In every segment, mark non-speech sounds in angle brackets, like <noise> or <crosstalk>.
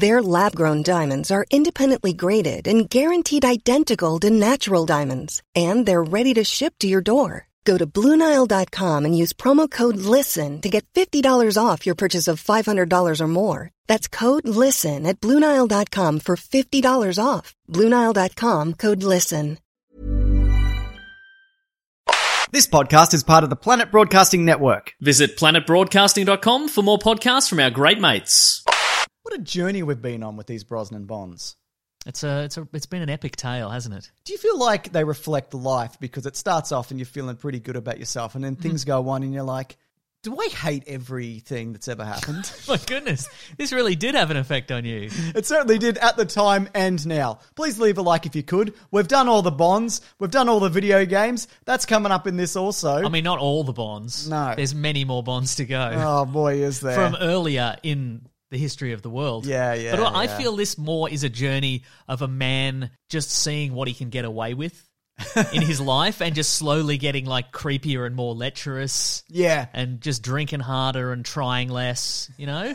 Their lab grown diamonds are independently graded and guaranteed identical to natural diamonds, and they're ready to ship to your door. Go to BlueNile.com and use promo code LISTEN to get $50 off your purchase of $500 or more. That's code LISTEN at BlueNile.com for $50 off. BlueNile.com code LISTEN. This podcast is part of the Planet Broadcasting Network. Visit planetbroadcasting.com for more podcasts from our great mates. What a journey we've been on with these Brosnan bonds. It's a, it's a, it's been an epic tale, hasn't it? Do you feel like they reflect life because it starts off and you're feeling pretty good about yourself, and then things go on and you're like, do I hate everything that's ever happened? <laughs> <laughs> My goodness, this really did have an effect on you. It certainly did at the time and now. Please leave a like if you could. We've done all the bonds. We've done all the video games. That's coming up in this also. I mean, not all the bonds. No. there's many more bonds to go oh boy, is there. from earlier in the history of the world. Yeah, yeah, But I yeah. feel this more is a journey of a man just seeing what he can get away with <laughs> in his life, and just slowly getting like creepier and more lecherous. yeah. And just drinking harder and trying less, you <laughs> know.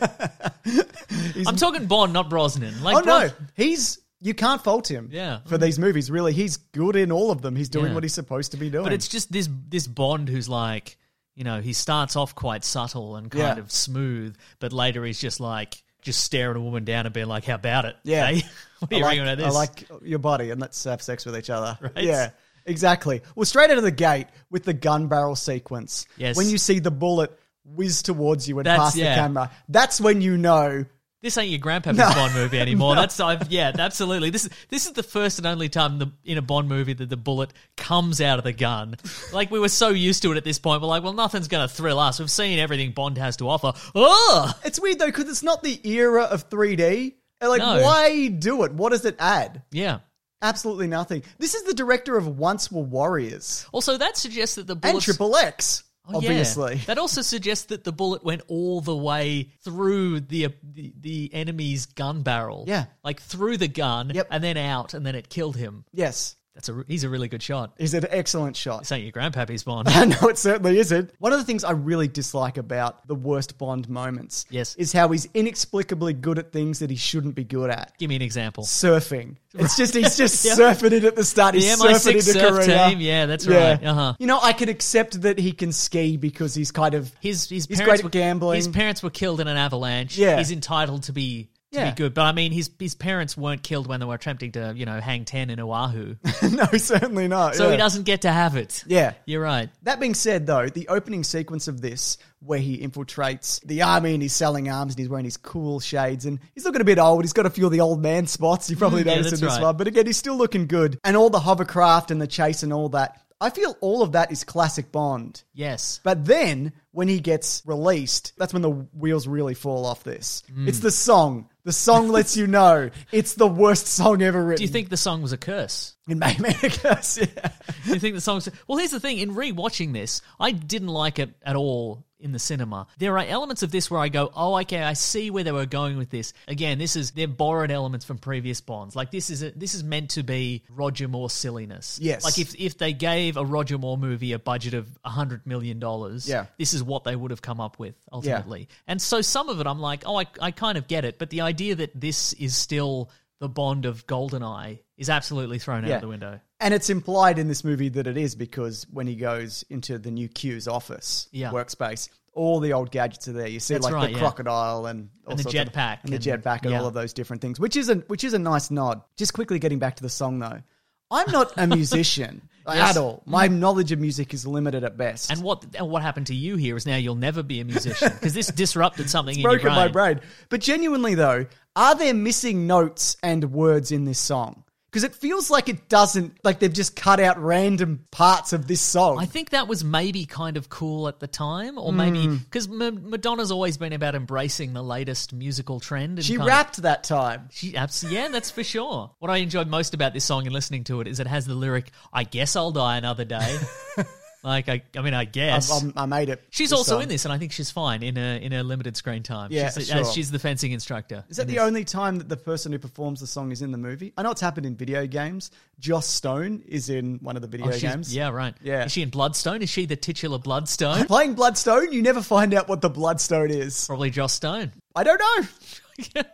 I'm talking Bond, not Brosnan. Like oh no, Bros- he's. You can't fault him Yeah. for these movies, really. He's good in all of them. He's doing Yeah. what he's supposed to be doing. But it's just this this Bond who's like, you know, he starts off quite subtle and kind Yeah. of smooth, but later he's just like just staring a woman down and being like, "How about it? Yeah. eh? <laughs> what are I you like, ringing about this?" I like your body, and let's have sex with each other. <laughs> Right? Yeah, exactly. Well, straight out of the gate with the gun barrel sequence. Yes. When you see the bullet whiz towards you and That's- past yeah. the camera, that's when you know. this ain't your grandpa's Bond movie <laughs> anymore. That's I've, yeah, absolutely. This is this is the first and only time the, in a Bond movie that the bullet comes out of <laughs> the gun. Like we were so used to it at this point, we're like, well, nothing's going to thrill us. We've seen everything Bond has to offer. Oh, It's weird though, because it's not the era of 3D. And, Like, No. why do it? What does it add? yeah. Absolutely nothing. This is the director of Once Were Warriors Also, that suggests that the and bullets Triple X, Oh, yeah. obviously. That also suggests that the bullet went all the way through the, uh, the the enemy's gun barrel. Yeah. like through the gun, Yep. and then out, and then it killed him. Yes, That's a re- he's a really good shot. is an excellent shot. This <laughs> ain't your grandpappy's Bond. no, it certainly isn't. One of the things I really dislike about the worst Bond moments Yes. is how he's inexplicably good at things that he shouldn't be good at. Give me an example. Surfing. It's just he's just <laughs> Yeah. surfing it at the start. He's The surfing MI6 into surf Korea. team. Yeah, that's right. Uh-huh. You know, I could accept that he can ski because he's kind of His his He's parents great at were, gambling. His parents were killed in an avalanche. Yeah. he's entitled to be. To Yeah. be good, but I mean, his his parents weren't killed when they were attempting to, you know, hang ten <laughs> in Oahu, <laughs> no, certainly not. so yeah. he doesn't get to have it. Yeah. you're right. That being said, though, the opening sequence of this, where he infiltrates the army and he's selling arms and he's wearing his cool shades and he's looking a bit old. He's got a few of the old man spots. You probably Mm, yeah, noticed in that's this right. one, but again, he's still looking good. And all the hovercraft and the chase and all that. I feel all of that is classic Bond. Yes, But then when he gets released, that's when the wheels really fall off this. Mm. It's the song. The song lets you know it's the worst song ever written. do you think the song was a curse? in Maymaker's? <laughs> Yeah. you think the song's well here's the thing in re-watching this i didn't like it at all in the cinema there are elements of this where i go oh okay i see where they were going with this again this is they're borrowed elements from previous bonds like this is a, this is meant to be roger moore silliness Yes. like if if they gave a roger moore movie a budget of 100 million dollars Yeah. this is what they would have come up with ultimately and so some of it i'm like oh I, I kind of get it but the idea that this is still the bond of goldeneye is absolutely thrown Yeah. out the window And it's implied in this movie that it is because when he goes into the new Q's office Yeah. workspace, all the old gadgets are there. You see, That's like right, the yeah. crocodile and, all And the sorts of- jetpack and, the and- jetpack and yeah. all of those different things, which is a which is a nice nod. Just quickly getting back to the song though, I'm not <laughs> a musician like, Yes. Mm-hmm. at all. My knowledge of music is limited at best. And what and what happened to you here is now you'll never be a musician <laughs> because this disrupted something in your broken brain. my brain. But genuinely though, are there missing notes and words in this song? Because it feels like it doesn't, like they've just cut out random parts of this song. I think that was maybe kind of cool at the time, or maybe Hmm. because Madonna's always been about embracing the latest musical trend. And she kind of- rapped that time. She absolutely, yeah, that's for sure. What I enjoyed most about this song and listening to it is it has the lyric, "I guess I'll die another <laughs> day." like, I, I mean, I guess I'm- I made it. she's this also song. in this, and I think she's fine in her in her limited screen time. Yeah, she's, sure. as she's the fencing instructor. Is that the only time that the person who performs the song is in the movie? I know it's happened in video games. Joss Stone is in one of the video Oh, she's- games. Yeah, right. Yeah. Is she in Bloodstone? Is she the <laughs> titular Bloodstone? Playing Bloodstone, you never find out what the Bloodstone is. Probably Joss Stone. I don't <laughs> know.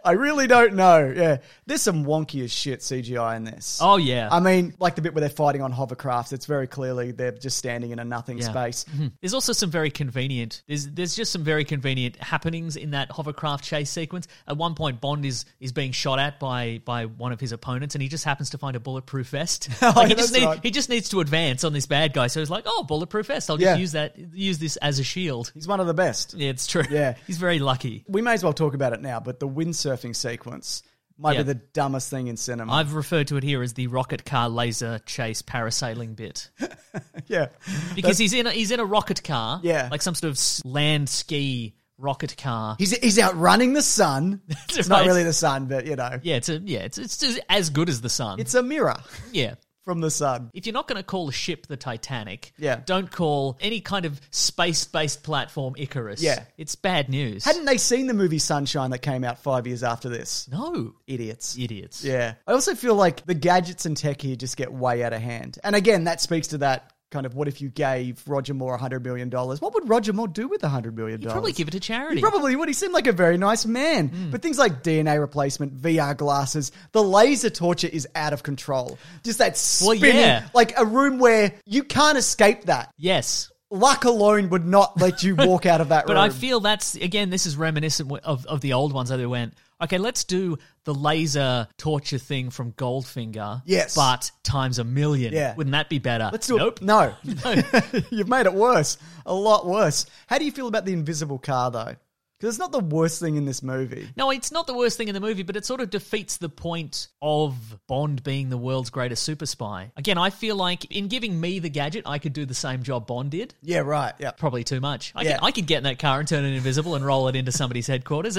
I really don't know. Yeah. There's some wonky as shit CGI in this. Oh yeah. I mean, like the bit where they're fighting on hovercrafts, it's very clearly they're just standing in a nothing Yeah. Mm-hmm. space. There's also some very convenient. There's there's just some very convenient happenings in that hovercraft chase sequence. At one point, Bond is is being shot at by by one of his opponents, and he just happens to find a bulletproof <laughs> vest. Like, yeah, he just Oh, that's need- right. he just needs to advance on this bad guy, so he's like, "Oh, bulletproof vest. I'll just Yeah. use that. Use this as a shield." He's one of the best. Yeah, it's true. Yeah. <laughs> he's very lucky. We may as well talk about it now, but the windsurfing sequence might Yeah. be the dumbest thing in cinema. I've referred to it here as the rocket car laser chase parasailing bit <laughs> yeah. because he's in a, he's in a rocket car, Yeah. like some sort of s- land ski rocket car. He's, he's outrunning the sun. <laughs> That's it's right. not really the sun, but you know, Yeah, it's a yeah, it's it's just as good as the sun. it's a mirror yeah. from the sun. If you're not going to call a ship the Titanic, Yeah. don't call any kind of space-based platform Icarus. Yeah. it's bad news. Hadn't they seen the movie Sunshine that came out five years after this? no Idiots. idiots. Yeah. I also feel like the gadgets and tech here just get way out of hand. And again, that speaks to that kind of what if you gave Roger Moore $100 million? What would Roger Moore do with $100 million? You'd probably give it to charity. He probably would. He seemed like a very nice man. Hmm. But things like DNA replacement, VR glasses, the laser torture is out of control. Just that Well, spinning, yeah. like a room where you can't escape that. yes. Luck alone would not let <laughs> you walk out of that But room. I feel that's again. This is reminiscent of of the old ones. Where they went, okay, let's do the laser torture thing from Goldfinger. Yes. but times a million. Yeah. wouldn't that be better? Let's do nope. it. No. <laughs> No. <laughs> You've made it worse. A lot worse. How do you feel about the invisible car, though? Because it's not the worst thing in this movie. No, it's not the worst thing in the movie, but it sort of defeats the point of Bond being the world's greatest super spy. Again, I feel like in giving me the gadget, I could do the same job Bond did. Yeah, right. Yeah. Probably too much. I, Yeah. could, I could get in that car and turn it invisible and roll it into somebody's headquarters.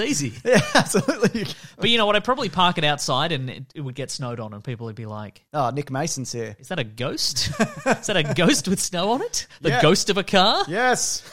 <laughs> Easy. <laughs> Yeah, absolutely. But you know what? I'd probably park it outside and it, it would get snowed on, and people would be like, Oh, Nick Mason's here. Is that a ghost? is that a ghost with snow on it? The Yeah. ghost of a car? Yes.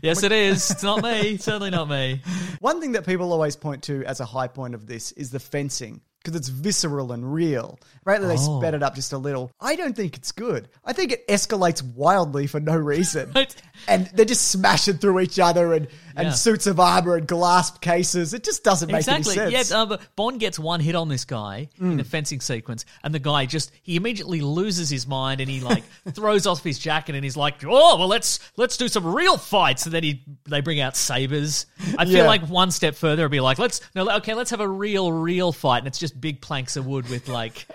Yes, it is. It's not me. Certainly <laughs> not me. One thing that people always point to as a high point of this is the fencing. Because it's visceral and real. Right? They Oh. sped it up just a little. I don't think it's good. I think it escalates wildly for no reason. <laughs> Right. And they're just smashing through each other and, and Yeah. suits of armor and glass cases. It just doesn't make exactly. any sense. Mm. Yeah, uh, but Bond gets one hit on this guy in the fencing sequence, and the guy just he immediately loses his mind and <laughs> he like throws off his jacket and he's like, "Oh, well, let's let's do some real fights." And then he they bring out sabers. I feel Yeah. like one step further would be like, "Let's no, okay, let's have a real real fight," and it's just big planks of wood <laughs> with like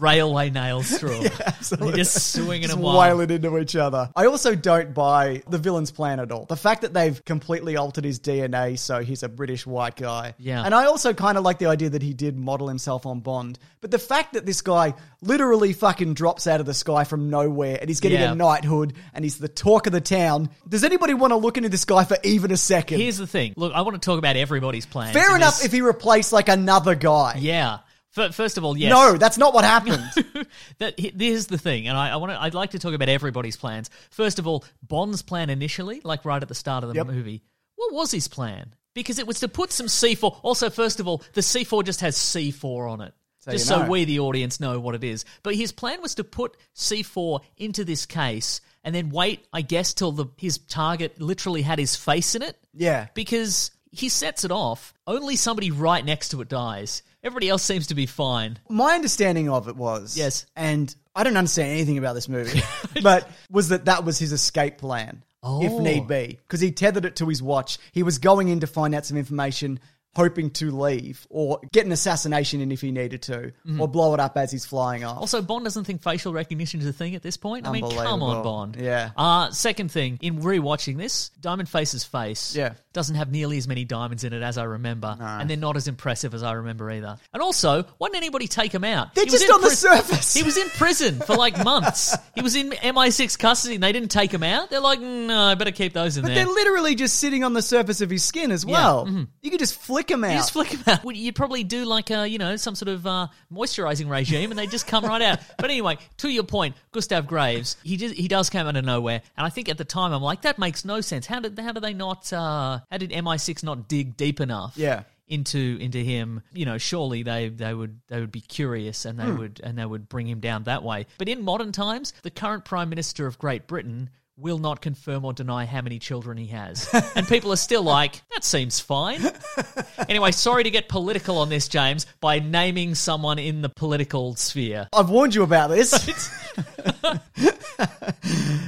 railway nails through. them. And You're just swinging just them whale wild. it into each other. I also don't buy the villain's plan at all. The fact that they've completely altered his DNA so he's a British white guy. Yeah. And I also kind of like the idea that he did model himself on Bond. But the fact that this guy literally fucking drops out of the sky from nowhere and he's getting Yeah. a knighthood and he's the talk of the town. Does anybody want to look into this guy for even a second? Here's the thing. Look, I want to talk about everybody's plans. Fair in enough this- if he replaced like another guy. yeah. Fir- First of all, yes. No, that's not what happened. <laughs> that he- here's the thing, and I, I want to. I'd like to talk about everybody's plans. First of all, Bond's plan initially, like right at the start of the Yep. movie, what was his plan? Because it was to put some C four. Also, first of all, the C four just has C four on it. just you so know. we, the audience, know what it is. But his plan was to put C4 into this case and then wait, I guess, till the his target literally had his face in it. yeah. Because he sets it off, only somebody right next to it dies. Everybody else seems to be fine. my understanding of it was Yes. and I don't understand anything about this <laughs> movie, but was that that was his escape Oh. plan, if need be, because he tethered it to his watch. He was going in to find out some information. hoping to leave or get an assassination in if he needed to or blow it up as he's flying off. Mm-hmm. Also, Bond doesn't think facial recognition is a thing at this point. I mean, come Unbelievable. on, Bond. Yeah. Uh, second thing, in rewatching this, Diamond Face's face Yeah. doesn't have nearly as many diamonds in it as I remember, and they're not as impressive as I remember either. And also, why didn't anybody take him out? They're He was just in on the pris- surface. He was in prison for like <laughs> months. he was in MI6 custody, and they didn't take him out. They're like, "Mm, no, I better keep those in but there. they're literally just sitting on the surface of his skin as well. You could just flick him out. Mm-hmm. You just flick them out. Well, You'd probably do like a, you know, some sort of uh, moisturizing regime, and they just come right out. But anyway, to your point, Gustav Graves, he did, he does come out of nowhere, and I think at the time I'm like, that makes no sense. How did how do they not? Uh, how did MI6 not dig deep enough? Yeah. Into into him, you know. Surely they they would they would be curious and they Hmm. would and they would bring him down that way. But in modern times, the current prime minister of Great Britain will not confirm or deny how many children <laughs> he has, and people are still like, that seems fine. Anyway, sorry to get political on this, James, by naming someone in the political sphere. I've warned you about <laughs> this.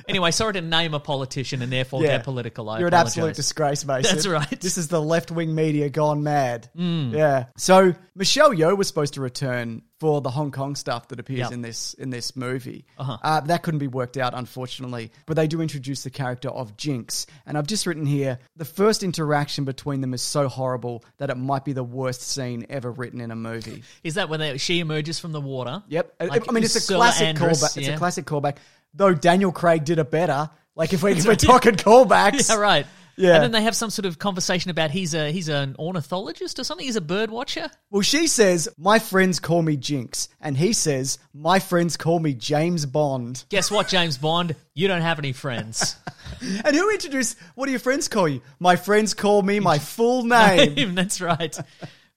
Anyway, sorry to name a politician and therefore Yeah. get political. I You're an apologize. absolute disgrace, Mason. That's right. Mm. This is the left wing media gone mad. Yeah. So Michelle Yeoh was supposed to return for the Hong Kong stuff that appears Yep. in this in this movie. Uh-huh. that couldn't be worked out, unfortunately. But they do introduce the character of Jinx, and I've just written here the first interaction between them is so horrible that it might be the worst scene ever written in a movie. Is that when they, she emerges from the water? Yep. I- Like I mean, it's a Ursula classic Andress, callback. It's yeah. a classic callback. Though Daniel Craig did it better. Like if, we, if we're talking callbacks, <laughs> Yeah, right. Yeah. And then they have some sort of conversation about he's a he's an ornithologist or something. He's a bird watcher. Well, she says, My friends call me Jinx. And he says, My friends call me James Bond. Guess what, James Bond? You don't have <laughs> any friends. And who introduced, What do your friends call you? My friends call me <laughs> my full name. That's right.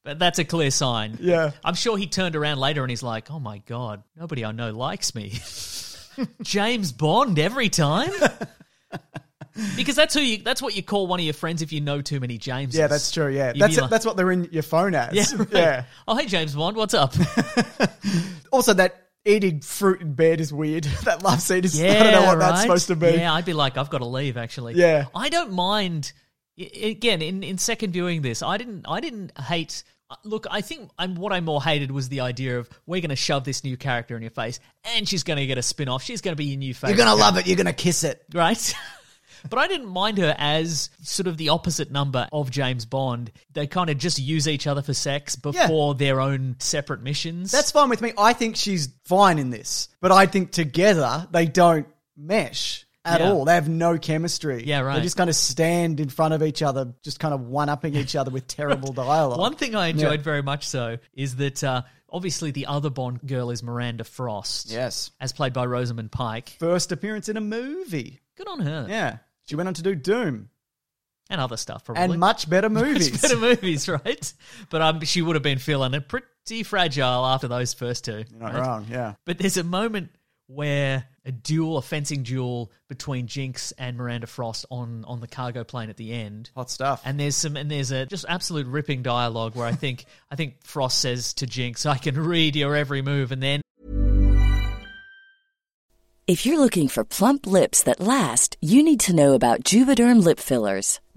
But that's a clear sign. Yeah. I'm sure he turned around later and he's like, oh my God, nobody I know likes me. <laughs> James Bond every time? <laughs> because that's who you, that's what you call one of your friends if you know too many Jameses. yeah, that's true. Yeah. You'd be That's, like- that's what they're in your phone as. <laughs> Yeah, right. <laughs> yeah. Oh, hey, James Bond, what's up? Also, that eating fruit in bed is weird. <laughs> that love scene is, I don't know what that's right? supposed to be. Yeah, I'd be like, I've got to leave. Actually, Yeah. I don't mind. i- Again, in, in second viewing this, I didn't I didn't hate. uh, Look, I think I'm, what I more hated was the idea of we're going to shove this new character in your face, and she's going to get a spin off. She's going to be your new favorite. You're going to love it. You're going to kiss it. right? <laughs> but I didn't mind her as sort of the opposite number of James Bond. They kind of just use each other for sex before their own separate missions. That's fine with me. I think she's fine in this, but I think together they don't mesh at Yeah. all. They have no chemistry. Yeah, right. They just kind of stand in front of each other, just kind of one upping each other with <laughs> terrible dialogue. One thing I enjoyed very much so is that uh, obviously the other Bond girl is Miranda Frost. Yes. As played by Rosamund Pike. First appearance in a movie. Good on her. Yeah. She went on to do Doom And other stuff, probably. and <laughs> much better movies. Better movies, right? But um, she would have been feeling it pretty fragile after those first two. Not right? wrong, yeah. But there's a moment where a duel, a fencing duel between Jinx and Miranda Frost on, on the cargo plane at the end. Hot stuff. And there's some, and there's a just absolute ripping dialogue where I think, <laughs> I think Frost says to Jinx, "I can read your every move," and then If you're looking for plump lips that last, you need to know about Juvederm lip fillers.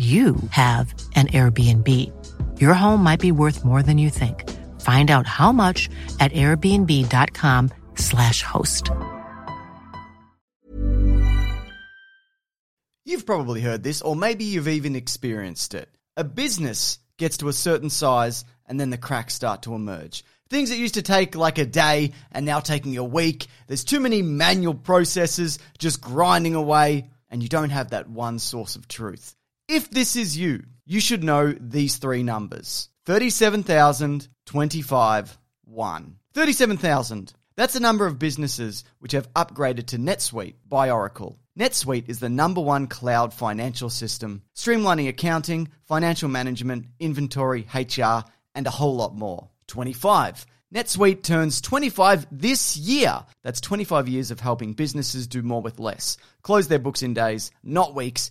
you have an Airbnb. Your home might be worth more than you think. Find out how much at airbnb.com/slash host. You've probably heard this, or maybe you've even experienced it. A business gets to a certain size, and then the cracks start to emerge. Things that used to take like a day and now taking a week. There's too many manual processes just grinding away, and you don't have that one source of truth. If this is you, you should know these three numbers 37,025, 1. 37,000. That's the number of businesses which have upgraded to NetSuite by Oracle. NetSuite is the number one cloud financial system, streamlining accounting, financial management, inventory, HR, and a whole lot more. 25. NetSuite turns 25 this year. That's 25 years of helping businesses do more with less, close their books in days, not weeks,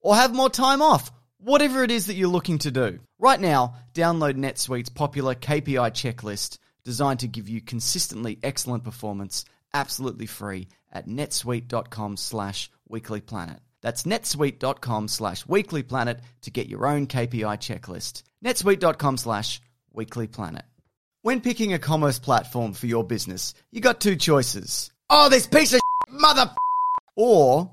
or have more time off, whatever it is that you're looking to do. Right now, download NetSuite's popular KPI checklist designed to give you consistently excellent performance absolutely free at netsuite.com slash weeklyplanet. That's netsuite.com slash weeklyplanet to get your own KPI checklist. netsuite.com slash weeklyplanet. When picking a commerce platform for your business, you got two choices. Oh, this piece of mother or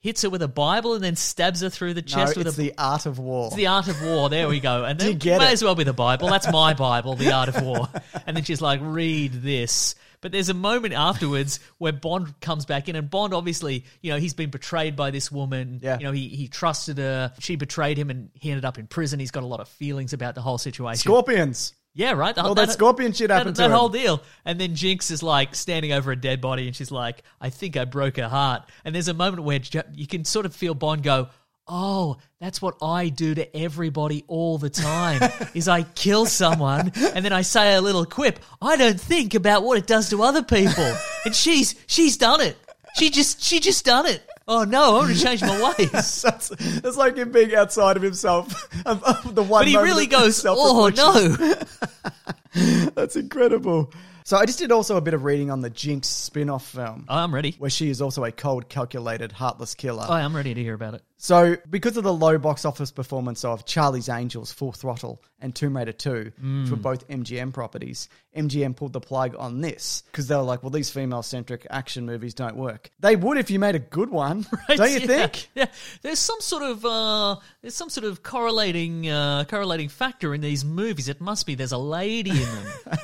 hits her with a Bible and then stabs her through the No, chest it's with a the art of war. It's the art of war. There we go. And Do you then get may it? as well be the Bible. That's my Bible, the art of war. And then she's like, read this. But there's a moment afterwards where Bond comes back in, and Bond obviously, you know, he's been betrayed by this woman. Yeah. You know, he, he trusted her. She betrayed him, and he ended up in prison. He's got a lot of feelings about the whole situation. Scorpions. Yeah, right. The, All that scorpion shit that, happened to that him. whole deal. And then Jinx is like standing over a dead body, and she's like, "I think I broke her heart." And there's a moment where J- you can sort of feel Bond go, oh, that's what I do to everybody all <laughs> the time is I kill someone and then I say a little quip. I don't think about what it does to other people. And she's she's done it. She just she just done it. Oh no, I'm gonna change my <laughs> ways. That's, that's like him being outside of himself. <laughs> Of- of the one But he moment really of goes, Oh self-reflection. no. <laughs> That's incredible. So I just did also a bit of reading on the Jinx spin-off film. I'm ready. Oh, where she is also a cold, calculated, heartless killer. I am ready to hear about it. So, because of the low box office performance of Charlie's Angels, Full Throttle, and Tomb Raider 2, Mm. which were both MGM properties, MGM pulled the plug on this because they were like, well, these female centric action movies don't work. They would if you made a good one, <laughs> don't you Yeah, think? <laughs> Yeah, there's some sort of uh, there's some sort of correlating uh, correlating factor in these movies. It must be there's a lady <laughs> in them.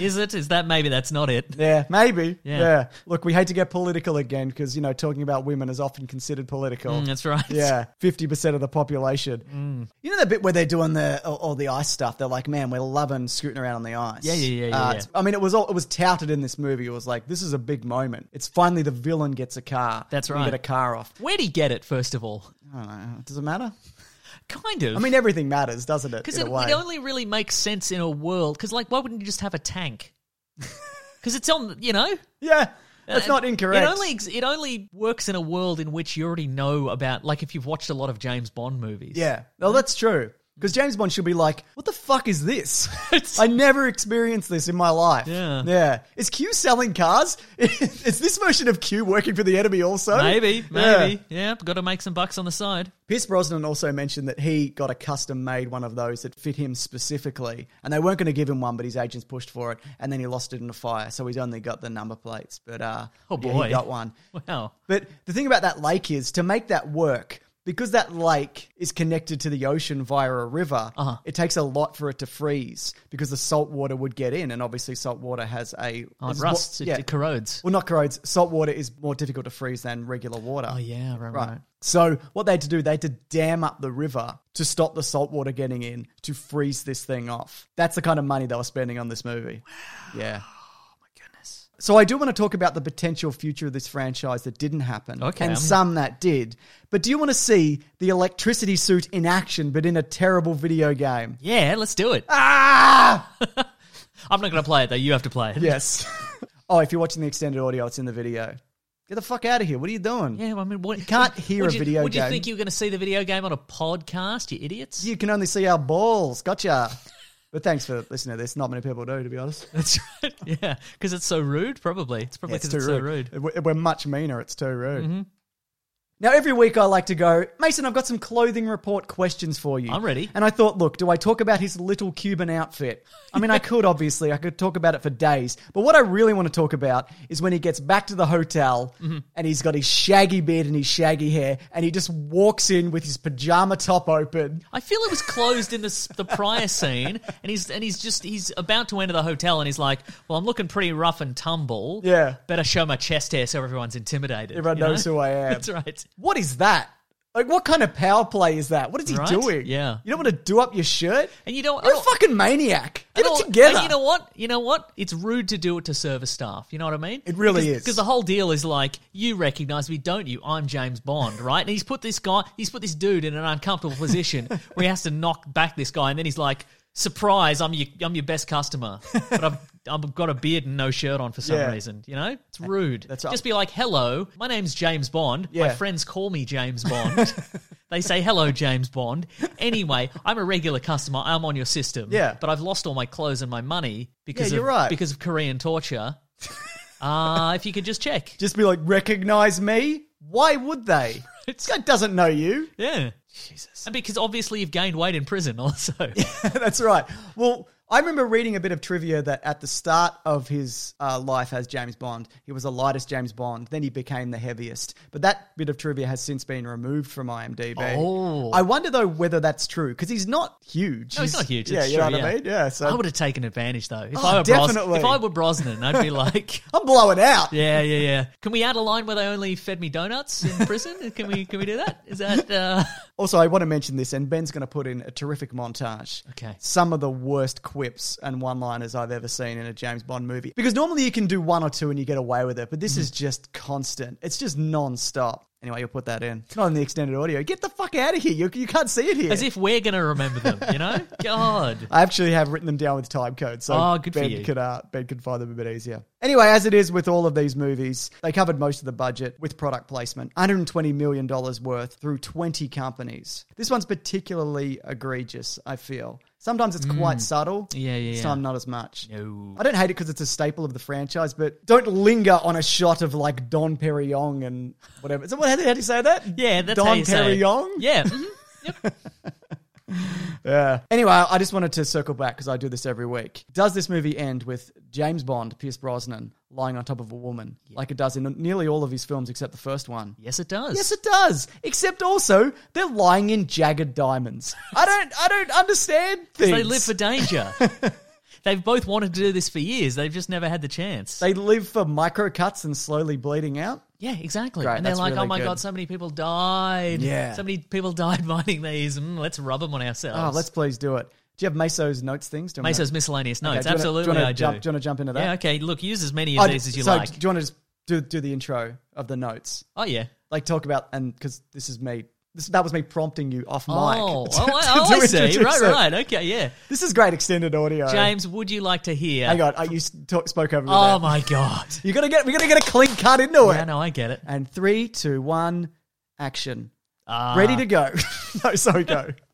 Is it? Is that maybe that's not it? Yeah, maybe. Yeah. Yeah. Look, we hate to get political again because, you know, talking about women is often considered political. Mm, that's right. Mm. Yeah, fifty percent of the population. You know that bit where they're doing the all, all the ice stuff. They're like, man, we're loving scooting around on the ice. Yeah, yeah, yeah, yeah, it's- I mean, it was all it was touted in this movie. It was like, this is a big moment. It's finally the villain gets a car. That's We right. Get a car off. Where'd he get it? First of all, I don't know. Does it matter? kind of. I mean, everything matters, doesn't <laughs> it? because in it, a it way. only really makes sense in a world. Because like, why wouldn't you just have a tank? <laughs> Because it's on. You know, yeah, that's not incorrect. Uh, It only ex- it only works in a world in which you already know about. Like if you've watched a lot of James Bond movies. Yeah. No, that's true. Because James Bond should be like, what the fuck is <laughs> this? I never experienced this in my life. Yeah. Yeah. Is Q selling cars? <laughs> is this version of Q working for the enemy also? Maybe, Yeah. maybe. Yeah, got to make some bucks on the side. Pierce Brosnan also mentioned that he got a custom made one of those that fit him specifically. And they weren't going to give him one, but his agents pushed for it. And then he lost it in a fire. So he's only got the number plates. But uh, Oh, yeah, boy. he got <laughs> one. Wow. But the thing about that lake is to make that work, because that lake is connected to the ocean via a river, Uh-huh. it takes a lot for it to freeze because the salt water would get in. And obviously, salt water has a. Oh, it it's rusts. wa- it, it corrodes. Well, not corrodes. Salt water is more difficult to freeze than regular water. Oh yeah, right, right. Right. So what they had to do, they had to dam up the river to stop the salt water getting in to freeze this thing off. That's the kind of money they were spending on this movie. Yeah. Oh So I do want to talk about the potential future of this franchise that didn't happen, Okay, and I'm- some that did. But do you want to see the electricity suit in action, but in a terrible video game? Yeah, let's do it. <laughs> Ah, I'm not gonna play it though. You have to play it. yes. <laughs> oh, if you're watching the extended audio, it's in the video. Get the fuck out of here! What are you doing? Yeah, well, I mean, what, you can't hear would a you, video Would you game. think you were going to see the video game on a podcast? You idiots! You can only see our balls. Gotcha. But thanks for listening to this. Not many people do, to be honest. <laughs> That's <laughs> right. Yeah, because it's so rude. Probably it's probably It's because too it's, so rude. rude. Mm-hmm. We- We're much meaner. It's too rude. Now, every week I like to go, Mason, I've got some clothing report questions for you. I'm ready. And I thought, look, do I talk about his little Cuban outfit? I <laughs> mean, I could, obviously. I could talk about it for days. But what I really want to talk about is when he gets back to the hotel and he's got his shaggy beard and his shaggy hair and he just walks in with his pajama top open. I feel it was closed in this, the prior scene, and he's and he's just he's about to enter the hotel, and he's like, "Well, I'm looking pretty rough and tumble. Yeah. better show my chest hair so everyone's intimidated. Everyone you know? knows who I am. <laughs> That's right. what is that? Like, what kind of power play is that? What is he Right? doing? Yeah. You don't want to do up your shirt? And you don't- I You're a don't- fucking maniac. Get And it all- together. And you know what? You know what? It's rude to do it to service staff. You know what I mean? It really because, is. Because the whole deal is like, you recognize me, don't you? I'm James Bond, right? And he's put this guy, he's put this dude in an <laughs> uncomfortable position where he has to knock back this guy, and then he's like, surprise, I'm your, I'm your best customer, but <laughs> I've, I've got a beard and no shirt on for some Yeah. reason. You know, it's rude. That's right. Just be like, hello, my name's James Bond. My Yeah. friends call me <laughs> James Bond. They say, hello, James Bond. Anyway, I'm a regular customer. I'm on your system Yeah. but I've lost all my clothes and my money because Yeah, you're of, right. because of Korean torture. uh, if you could <laughs> just check. Just be like, recognize me? Why would <laughs> they? this guy doesn't know you. <laughs> Yeah. Jesus. And because obviously you've gained weight in prison <laughs> also. That's right. Well, I remember reading a bit of trivia that at the start of his uh, life as James Bond, he was the lightest James Bond. Then he became the heaviest. But that bit of trivia has since been removed from IMDb. Oh. I wonder though whether that's true because he's not huge. No, it's not huge. Yeah, it's you true, know what I mean. Yeah, so I would have taken advantage though. If Oh, I were Bros- definitely. if I were Brosnan, I'd be like, <laughs> I'm blowing out. yeah, yeah, yeah. Can we add a line where they only fed me donuts in prison? Can we can we do that? Is that uh... Also, I want to mention this, and Ben's going to put in a terrific montage. Okay. Some of the worst quips and one liners I've ever seen in a James Bond Mm-hmm. movie. Because normally you can do one or two and you get away with it, but this is just constant. It's just non stop. Anyway, you'll put that in. It's not in the extended audio. Get the fuck out of here. You, you can't see it here. As if we're going to remember them, you know? <laughs> God. I actually have written them down with time codes, so Oh, good for ben, you. Could, uh, ben could find them a bit easier. Anyway, as it is with all of these movies, they covered most of the budget with product placement, $120 million worth through 20 companies. This one's particularly egregious, I feel. Sometimes it's quite subtle. Mm. Yeah, yeah, yeah. Some not as much. No. I don't hate it because it's a staple of the franchise, but don't linger on a shot of like Don Perignon and whatever. So what, how do you say that? Yeah, that's Don how you say it. Perignon? Yeah. mhm. Anyway, I just wanted to circle back because I do this every week. Does this movie end with James Bond, Pierce Brosnan, lying on top of a woman like it does in nearly all of his films except the first one? Yes, it does. Yes, it does. Except also, they're lying in jagged diamonds. I don't, I don't <laughs> understand things. They live <laughs> for danger. They've both wanted to do this for years. They've just never had the chance. they live for micro cuts and slowly bleeding out. yeah, exactly. Great, and they're that's like, really oh my good. God, so many people died. Yeah. So many people <laughs> died mining these. Mm, let's rub them on Oh, ourselves. let's please do it. Do you have Meso's notes things? Do you wanna- Meso's miscellaneous Okay, notes. do you wanna- Absolutely, do you wanna I do. Jump, do you want to jump into that? yeah, okay. Look, use as many of Oh, these as you so like. Do you want to just do, do the intro of the notes? Oh, yeah. like talk about and because this is me this, that was me prompting you off mic Oh, <laughs> to- oh, I, to- oh, to I see. introduce Right, it. right. Okay, yeah. this is great extended audio James, would you like to hear? hang on I, you s- talk, spoke over me Oh there. my god! you're gonna get we're gonna get a clean cut into yeah, it no, I get it. and three two one action Ah. ready to go <laughs> no sorry go <laughs>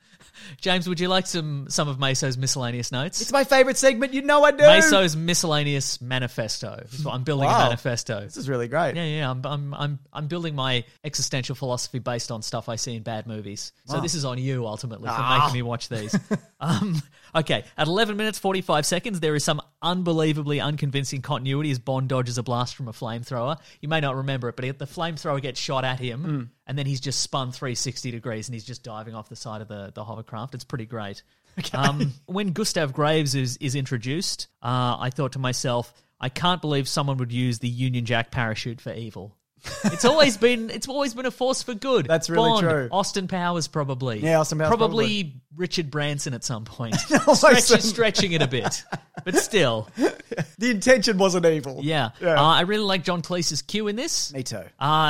James, would you like some some of Meso's miscellaneous notes? it's my favorite segment you know I do Meso's miscellaneous manifesto. That's what I'm building Wow. a manifesto. this is really great Yeah, yeah. I'm, I'm, I'm, I'm building my existential philosophy based on stuff I see in bad movies. So this is on you ultimately for Ah. making me <laughs> watch these. um, okay, at 11 minutes 45 seconds, there is some unbelievably unconvincing continuity as Bond dodges a blast from a flamethrower. You may not remember it, but he- the flamethrower gets shot at him, Mm. and then he's just spun 360 degrees, and he's just diving off the side of the, the hovercraft. It's pretty great. <laughs> Um, when Gustav Graves is is introduced, uh, I thought to myself, I can't believe someone would use the Union Jack parachute <laughs> for evil. it's always been it's always been a force for good. That's really Bond, true. Austin Powers probably. Yeah, Austin Powers probably, Richard Branson at some point. <laughs> I Stretch, see. stretching it a bit, but still, the intention wasn't evil <laughs> yeah. Uh, I really like John Cleese's cue in this. me too Uh,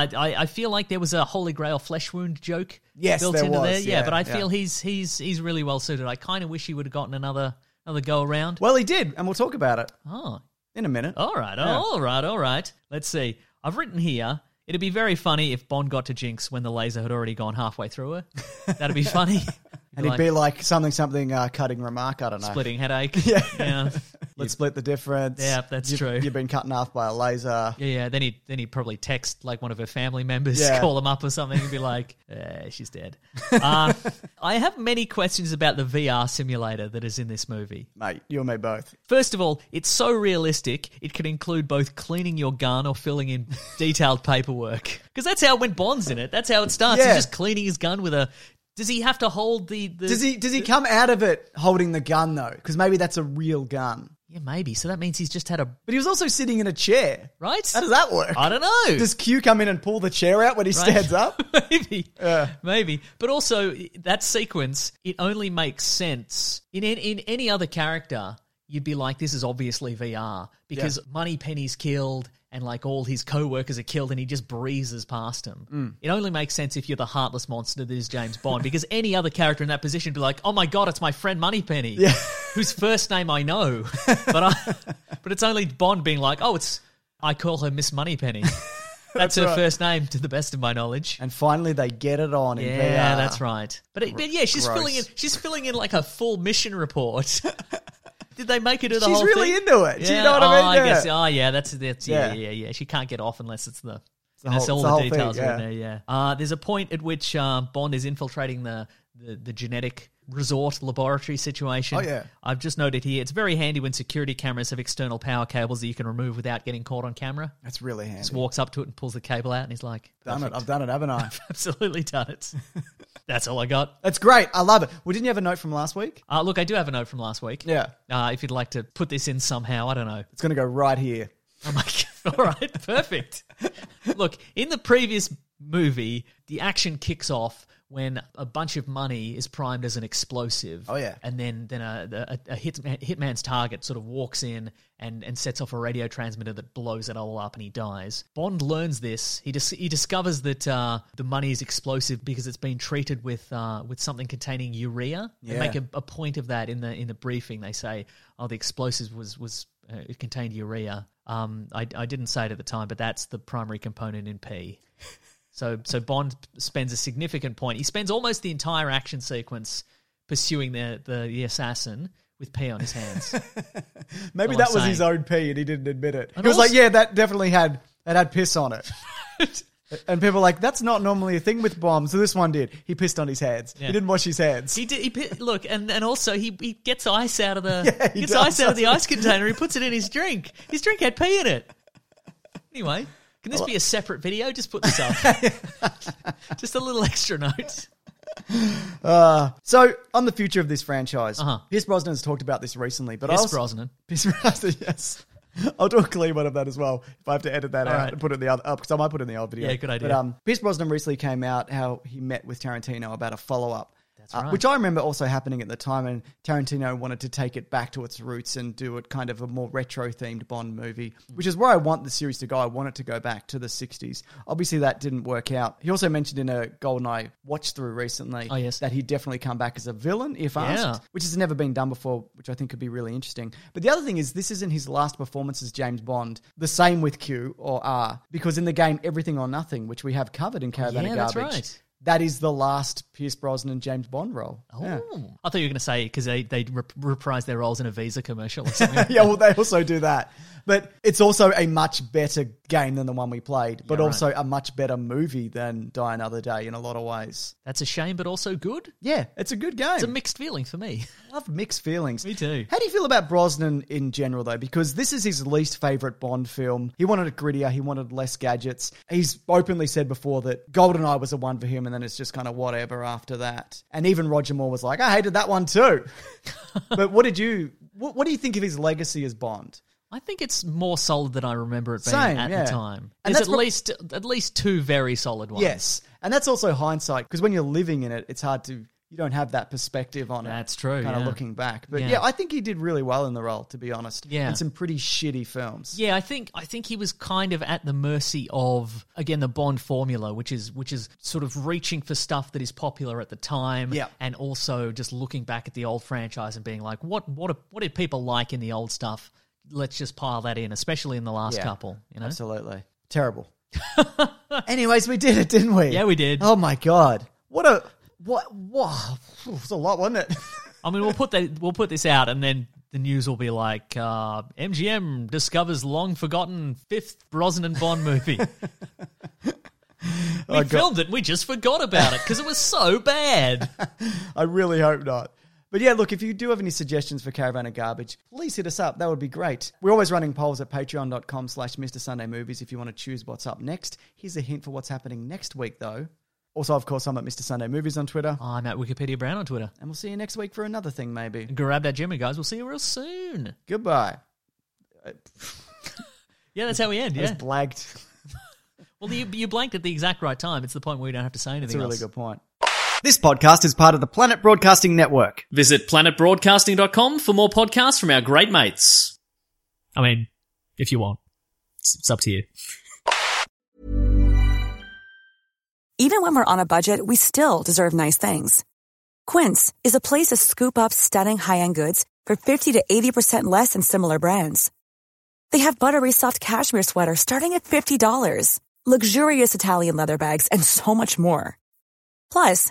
I, I feel like there was a Holy Grail flesh wound joke Yes, built there into was, there. Yeah, yeah, but I yeah. feel he's he's he's really well suited. I kind of wish he would have gotten another another go around. well he did and we'll talk about it Oh, in a minute all right, all right, all right. Let's see. I've written here. It'd be very funny if Bond got to Jinx when the laser had already gone halfway <laughs> through her. That'd be funny. <laughs> and he'd be like something something uh, cutting remark I don't know splitting headache. Yeah. yeah, <laughs> Let's split the difference. Yeah, that's You've- true. You've been cut in half by a laser. yeah, Then he then he'd probably text like one of her family members, Yeah. <laughs> call them up or something, and be like, <laughs> eh, "She's dead." <laughs> Uh, I have many questions about the VR simulator that is in this movie. Mate, you and me both. First of all, it's so realistic, it could include both cleaning your gun or <laughs> filling in detailed paperwork. Because that's how when Bond's in it, that's how it starts. Yeah. He's just cleaning his gun with a. Does he have to hold the. the Does he does he come out of it holding the gun though? Because maybe that's a real gun. Yeah, maybe. So that means he's just had a. But he was also sitting in a chair. Right? How does that work? I don't know. Does Q come in and pull the chair out when he Right. stands <laughs> up? maybe, maybe. But also that sequence, it only makes sense in in, in any other character. You'd be like, this is obviously VR because Money Penny's killed and like all his co-workers are killed and he just breezes past them. It only makes sense if you're the heartless monster that is James Bond because <laughs> any other character in that position would be like, oh my God, it's my friend Money Penny, <laughs> whose first name I know. <laughs> but I, but it's only Bond being like, oh, it's, I call her Miss Moneypenny. That's, her first name, to the best of my knowledge. And finally they get it on in VR. Yeah, that's right. uh, But, it, but yeah, she's Gross. filling in. She's filling in like a full mission report. <laughs> Did they make her do the She's whole really thing? into it. Do Yeah. you know what oh, I mean? Yeah. guess. Oh, yeah. That's that's yeah, Yeah. yeah, yeah. yeah. She can't get off unless it's the. the that's whole- all it's the the, whole thing, details are yeah. in there. Yeah. Uh, there's a point at which uh, Bond is infiltrating the the, the genetic. Resort laboratory situation. Oh, yeah. I've just noted here. It's very handy when security cameras have external power cables that you can remove without getting caught on camera. That's really handy. Just walks up to it and pulls the cable out, and he's like, <laughs> Done it. I've done it, haven't I? absolutely <laughs> done it. That's all I got. that's great. I love it. Well, didn't you have a note from last week? Uh, look, I do have a note from last week. Yeah. Uh, if you'd like to put this in somehow, I don't know. <laughs> It's gonna go right here. I'm like, <laughs> all right, perfect. look, in the previous movie, the action kicks off when a bunch of money is primed as an explosive. Oh, yeah. and then then a a, a hitman, hitman's target sort of walks in and and sets off a radio transmitter that blows it all up, and he dies. Bond learns this. He dis- he discovers that uh, the money is explosive because it's been treated with uh, with something containing urea. They Yeah. make a, a point of that in the in the briefing. They say, "Oh, the explosives was was." Uh, it contained urea. Um, I, I didn't say it at the time, but that's the primary component in P. So so Bond spends a significant point. He spends almost the entire action sequence pursuing the the, the assassin with pee on <laughs> his hands. Maybe That's that what was I'm his saying. own pee and he didn't admit it. And he was also- like, yeah, that definitely had it had piss on it. <laughs> and people were like, that's not normally a thing with bombs. So this one did. He pissed on his hands. Yeah. He didn't wash his hands. he did, he pi- look and, and also he, he gets ice out of the <laughs> Yeah, he gets does. ice out of the ice container. He puts it in his drink. His drink had pee in it. Anyway, can this be a separate video? Just put this <laughs> up. Just a little extra note. so on the future of this franchise, Uh-huh. Pierce Brosnan has talked about this recently, but Yes, I'll Brosnan. Pierce Brosnan, yes. I'll do a clean one of that as well if I have to edit that All out right. and put it in the other up because I might put it in the old video. Yeah, good idea. But um, Pierce Brosnan recently came out how he met with Tarantino about a follow up. which I remember also happening at the time, and Tarantino wanted to take it back to its roots and do it kind of a more retro themed Bond movie, Mm. which is where I want the series to go. I want it to go back to the 60s. Obviously, that didn't work out. He also mentioned in a GoldenEye watch through recently Oh, yes. that he'd definitely come back as a villain if Yeah. asked, which has never been done before, which I think could be really interesting. But the other thing is, this isn't his last performance as James Bond. The same with Q or R, because in the game Everything or Nothing, which we have covered in Caravan yeah, of that's Garbage, right. Oh. that is the last Pierce Brosnan James Bond role. Yeah. <laughs> Ooh. I thought you were going to say because they they rep- reprise their roles in a Visa commercial <laughs> or something. yeah, well, they also do that. But it's also a much better game than the one we played, but also a much better movie than Die Another Day in a lot of ways. That's a shame, but also good. Yeah, it's a good game. It's a mixed feeling for me. I love mixed feelings. Me too. How do you feel about Brosnan in general, though? Because this is his least favorite Bond film. He wanted it grittier. He wanted less gadgets. He's openly said before that GoldenEye was the one for him, and then it's just kind of whatever after that. And even Roger Moore was like, "I hated that one too." <laughs> but what did you? What, what do you think of his legacy as Bond? I think it's more solid than I remember it being Same, at yeah. the time. And There's that's at prob- least at least two very solid ones. Yes, and that's also hindsight because when you're living in it, it's hard to. You don't have that perspective on it. That's true, Kind of yeah. looking back, but Yeah. yeah. I think he did really well in the role, to be honest. Yeah. in some pretty shitty films. Yeah, I think I think he was kind of at the mercy of again the Bond formula, which is which is sort of reaching for stuff that is popular at the time, Yeah. and also just looking back at the old franchise and being like, what what what did people like in the old stuff? Let's just pile that in, especially in the last Yeah. couple. You know, Absolutely. Terrible. <laughs> Anyways, we did it, didn't we? Yeah, we did. Oh my god. What a what wow. It was a lot, wasn't it? <laughs> I mean, we'll put that we'll put this out, and then the news will be like uh, MGM discovers long forgotten fifth Brosnan Bond <laughs> movie. We filmed it. We just forgot about it because it was so bad. I really hope not. But yeah, look, if you do have any suggestions for Caravan of Garbage, please hit us up. That would be great. We're always running polls at patreon.com slash Mr. Sunday Movies if you want to choose what's up next. Here's a hint for what's happening next week, though. Also, of course, I'm at Mr. Sunday Movies on Twitter. I'm at Wikipedia Brown on Twitter. And we'll see you next week for another thing, maybe. Grab that Jimmy, guys. We'll see you real soon. Goodbye. Yeah, that's how we end. I Yeah. just blagged. Well, you, you blanked at the exact right time. It's the point where we don't have to say anything. That's a really else. good point. This podcast is part of the Planet Broadcasting Network. Visit planetbroadcasting.com for more podcasts from our great mates. I mean, if you want, it's, it's up to you. Even when we're on a budget, we still deserve nice things. Quince is a place to scoop up stunning high-end goods for 50 to 80% less than similar brands. They have buttery soft cashmere sweaters starting at $50, luxurious Italian leather bags, and so much more. Plus,